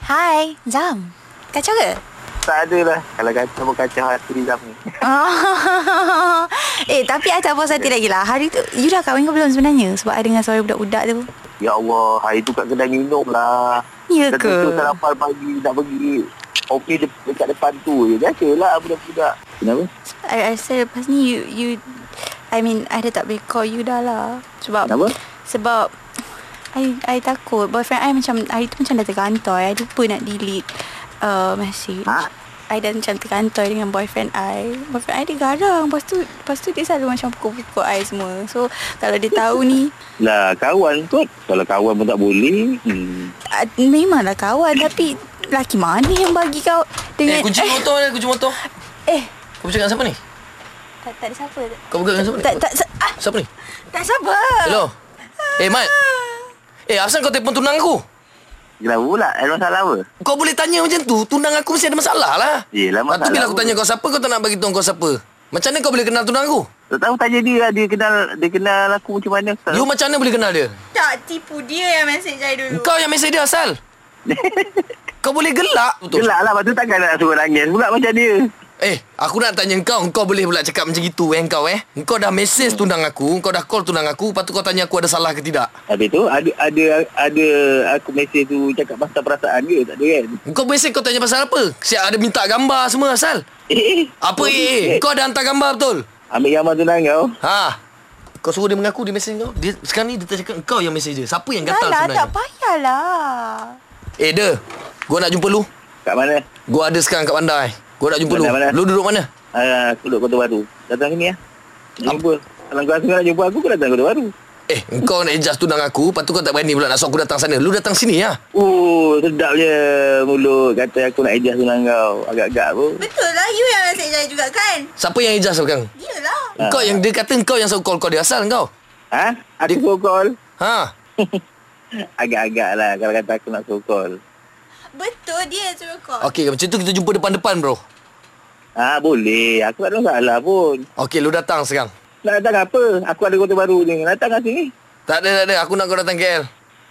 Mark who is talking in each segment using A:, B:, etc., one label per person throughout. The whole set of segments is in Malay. A: Hai, Zam. Kacau ke?
B: Tak ada lah. Kalau kacau pun kacau hati Zam ni.
A: Ah. eh, tapi I tak puas hati lagi lah. Hari tu, you dah kahwin ke belum sebenarnya? Sebab I dengar suara budak-budak tu.
B: Ya Allah, hari tu kat kedai minum lah.
A: Ya
B: Dah
A: ke?
B: tutup tak lapar pagi, nak pergi. Okey de- dekat depan tu je. Biasalah budak-budak. Kenapa?
A: I, I rasa lepas ni you, you I mean, I dah tak boleh call you dah lah. Sebab
B: Kenapa?
A: Sebab I, I takut Boyfriend I macam Hari tu macam dah tergantoi I lupa nak delete uh, Message
B: Ha?
A: I dah macam tergantoi Dengan boyfriend I Boyfriend I dia garang Lepas tu Lepas tu dia selalu macam Pukul-pukul I semua So Kalau dia tahu ni
B: Lah, kawan kot. Kalau kawan pun tak boleh. Hmm.
A: uh, Memanglah kawan Tapi Laki mana yang bagi kau
C: Eh,
A: Dengan
C: kunci motor ni, kunci motor.
A: eh, eh
C: Kau bercakap dengan siapa ni?
A: tak, tak ada siapa
C: Kau buka dengan siapa ni?
A: Tak tak sa- ah,
C: Siapa ni?
A: tak siapa
C: Hello. Eh, Mat. Eh, asal kau telefon tunang aku?
B: Kenapa pula? Ada masalah apa?
C: Kau boleh tanya macam tu, tunang aku mesti ada masalah lah.
B: Yelah,
C: Lepas tu
B: masalah
C: bila aku
B: apa?
C: tanya kau siapa, kau tak nak bagi tahu kau siapa. Macam mana kau boleh kenal tunang aku?
B: Tak tahu tanya dia lah. Dia kenal, dia kenal aku macam mana. Tak
C: You macam mana boleh kenal dia?
A: Tak tipu dia yang message saya dulu
C: Kau yang mesej dia asal. kau boleh gelak betul.
B: Gelak lah. Lepas tu takkan nak suruh nangis pula macam dia.
C: Eh, aku nak tanya kau, kau boleh pula cakap macam gitu eh kau eh. Kau dah mesej tunang aku, kau dah call tunang aku, lepas tu kau tanya aku ada salah ke tidak.
B: Habis tu ada ada ada aku mesej tu cakap pasal perasaan dia tak ada kan.
C: Kau mesej kau tanya pasal apa? Siap ada minta gambar semua asal.
B: Eh,
C: Apa eh? eh? Kau ada hantar gambar betul?
B: Ambil gambar tu nang kau.
C: Ha. Kau suruh dia mengaku dia mesej kau. Dia sekarang ni dia tak cakap kau yang mesej dia. Siapa yang gatal
A: Alah
C: sebenarnya?
A: tak payahlah
C: Eh, dia. Gua nak jumpa lu.
B: Kat mana?
C: Gua ada sekarang kat bandar eh. Gua nak jumpa
B: Mana,
C: lu.
B: mana?
C: Lu duduk mana?
B: Ah, aku duduk Kota Baru. Datang sini ya. Jumpa. Kalau kau rasa kau nak jumpa aku, kau datang Kota Baru.
C: Eh, kau nak adjust tunang aku, lepas tu kau tak berani pula nak suruh aku datang sana. Lu datang sini ya.
B: Uh, sedap je mulut kata aku nak ejas tunang kau. Agak-agak pun.
A: Betul lah You yang message saya juga kan
C: Siapa yang adjust sekarang?
A: Dia lah
C: Kau yang dia kata kau yang suruh call kau dia asal kau.
B: Ha? Aku suruh call.
C: Ha.
B: Agak-agak lah kalau kata aku nak suruh call.
A: Betul dia suruh call
C: Okey, macam tu kita jumpa depan-depan bro.
B: Ha, boleh. Aku tak ada masalah pun.
C: Okey, lu datang sekarang.
B: Nak datang apa? Aku ada Kota Baru ni. Datang kat sini.
C: Tak ada, tak ada. Aku nak kau datang KL.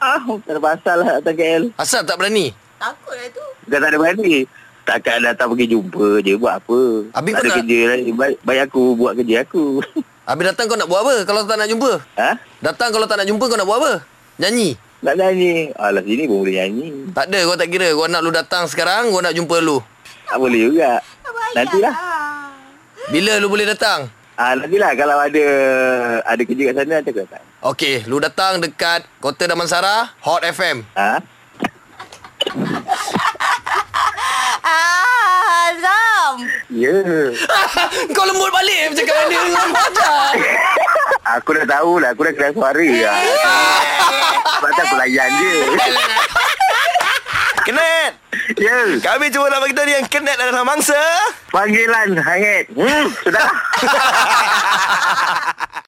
B: Ah, tak ada pasal lah datang KL.
C: Asal tak berani.
A: Takut lah tu
B: Dah tak ada berani. Takkan datang pergi jumpa je buat apa.
C: Habis
B: tak ada
C: kau nak-
B: kerja lain. Baik, baik aku buat kerja aku.
C: Habis datang kau nak buat apa kalau tak nak jumpa?
B: ha?
C: Datang kalau tak nak jumpa kau nak buat apa? Nyanyi?
B: Nak nyanyi. Alah sini pun boleh nyanyi.
C: Tak ada, kau tak kira. Kau nak lu datang sekarang, kau nak jumpa lu.
B: Tak boleh juga.
A: Tak payah
C: lah.
B: Nantilah.
C: Bila lu boleh datang?
B: Ah, nantilah kalau ada ada kerja kat sana, nanti aku datang.
C: Okey, lu datang dekat Kota Damansara, Hot FM.
B: Ha?
A: Ah Azam
B: Ya. Yeah.
C: kau lembut
D: eh
C: balik macam mana dia dengan macam.
B: Aku dah tahu lah. Aku dah kenal suara lah. Sebab tu aku layan je.
D: Kenet
B: Ya. Yeah.
D: Kami cuma nak beritahu dia Yang Kenet adalah mangsa
B: Panggilan hangat. Hmm, sudah.